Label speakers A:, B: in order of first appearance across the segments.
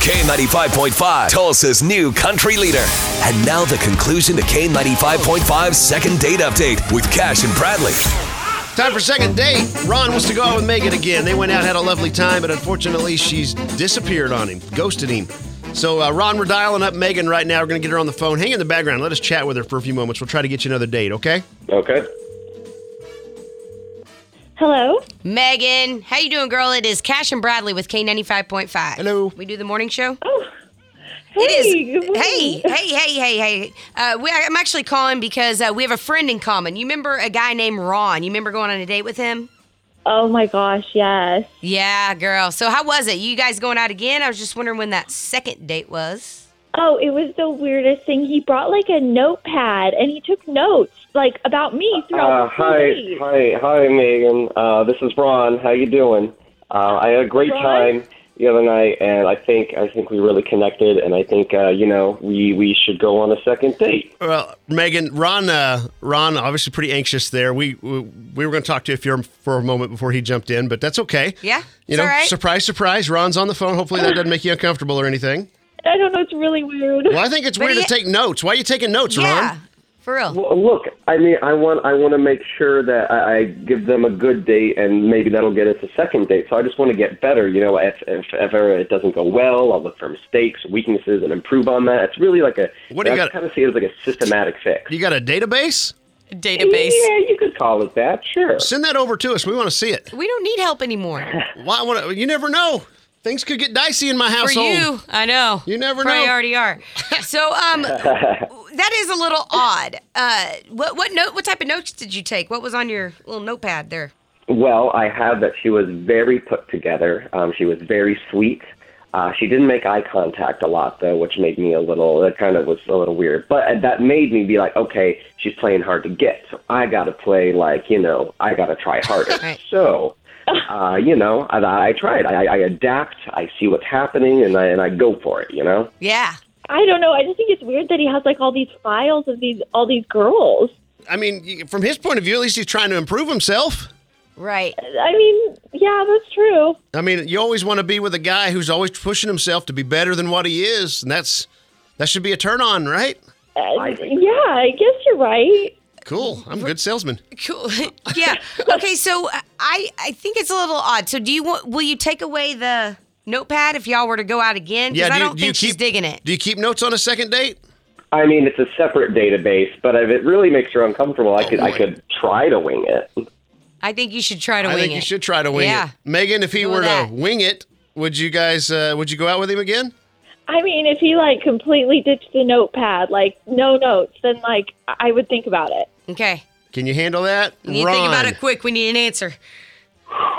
A: K95.5, Tulsa's new country leader. And now the conclusion to K95.5's second date update with Cash and Bradley.
B: Time for second date. Ron wants to go out with Megan again. They went out, had a lovely time, but unfortunately, she's disappeared on him, ghosted him. So, uh, Ron, we're dialing up Megan right now. We're going to get her on the phone. Hang in the background. Let us chat with her for a few moments. We'll try to get you another date, okay?
C: Okay.
D: Hello.
E: Megan, how you doing, girl? It is Cash and Bradley with K95.5.
B: Hello.
E: We do the morning show.
D: Oh, Hey.
E: It
D: good
E: is. Hey,
D: morning.
E: hey, hey, hey, hey. Uh, we, I'm actually calling because uh, we have a friend in common. You remember a guy named Ron? You remember going on a date with him?
D: Oh my gosh, yes.
E: Yeah, girl. So how was it? You guys going out again? I was just wondering when that second date was.
D: Oh, it was the weirdest thing. He brought like a notepad and he took notes like about me throughout
C: Uh,
D: the whole
C: hi,
D: date.
C: hi, hi, Megan. Uh, this is Ron. How you doing? Uh, I had a great
D: Ron?
C: time the other night, and I think I think we really connected, and I think uh, you know we we should go on a second date.
B: Well, Megan, Ron, uh, Ron, obviously pretty anxious there. We we, we were going to talk to you for, for a moment before he jumped in, but that's okay.
E: Yeah,
B: You
E: it's
B: know,
E: all right.
B: surprise, surprise. Ron's on the phone. Hopefully, that doesn't make you uncomfortable or anything.
D: I don't know, it's really weird.
B: Well, I think it's
E: But
B: weird
E: he-
B: to take notes. Why are you taking notes,
E: Yeah,
B: Ron?
E: for real.
C: Well, Uh, look, I mean, I want I want to make sure that I, I give them a good date, and maybe that'll get us a second date. So I just want to get better. You know, if, if ever it doesn't go well, I'll look for mistakes, weaknesses, and improve on that. It's really like a
B: What do you
C: I
B: got-
C: kind of see it as like a systematic fix.
B: You got a database?
E: Database.
C: Yeah, you could call it that, sure.
B: Send that over to us. We want to see it.
E: We don't need help anymore.
B: Why? What, you never know. Things could get dicey in my
E: For
B: household.
E: you, I know.
B: You never
E: Probably
B: know.
E: already are. So, um, that is a little odd. Uh, what what note? What type of notes did you take? What was on your little notepad there?
C: Well, I have that she was very put together. Um, she was very sweet. Uh, she didn't make eye contact a lot though, which made me a little. That kind of was a little weird. But uh, that made me be like, okay, she's playing hard to get. So I gotta play like you know, I gotta try harder.
E: Right.
C: So. Uh, you know, I, I tried. I, I adapt. I see what's happening, and I and I go for it. You know.
E: Yeah.
D: I don't know. I just think it's weird that he has like all these files of these all these girls.
B: I mean, y- from his point of view, at least he's trying to improve himself.
E: Right.
D: I mean, yeah, that's true.
B: I mean, you always want to be with a guy who's always pushing himself to be better than what he is, and that's that should be a turn on, right?
D: Uh,
C: I think-
D: yeah, I guess you're right.
B: Cool. I'm a good salesman.
E: Cool. yeah. Okay. So uh, I I think it's a little odd. So do you want? Will you take away the notepad if y'all were to go out again? Because
B: do
E: I
B: you-
E: don't
B: do you
E: think she's
B: keep-
E: digging it.
B: Do you keep notes on a second date?
C: I mean, it's a separate database, but if it really makes her uncomfortable, I could I could try to wing it.
E: I think you should try to
B: I
E: wing
B: think
E: it.
B: you should try to wing
E: Yeah.
B: it. Megan, if he
E: Do
B: were
E: that.
B: to wing it, would you guys uh, would you go out with him again?
D: I mean, if he like completely ditched the notepad, like no notes, then like I I would think about it.
E: Okay.
B: Can you handle that?
E: You
B: Ron.
E: think about it quick. We need an answer.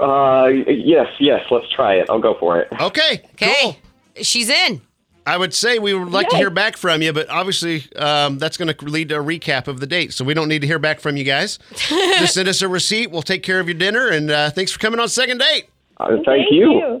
C: Uh, yes, yes, let's try it. I'll go for it.
B: Okay.
E: Okay.
B: Cool.
E: She's in.
B: I would say we would like to
D: Yay.
B: hear back from you, but obviously um, that's going to lead to a recap of the date. So we don't need to hear back from you guys. Just send us a receipt. We'll take care of your dinner. And uh, thanks for coming on second date.
C: Uh, thank you.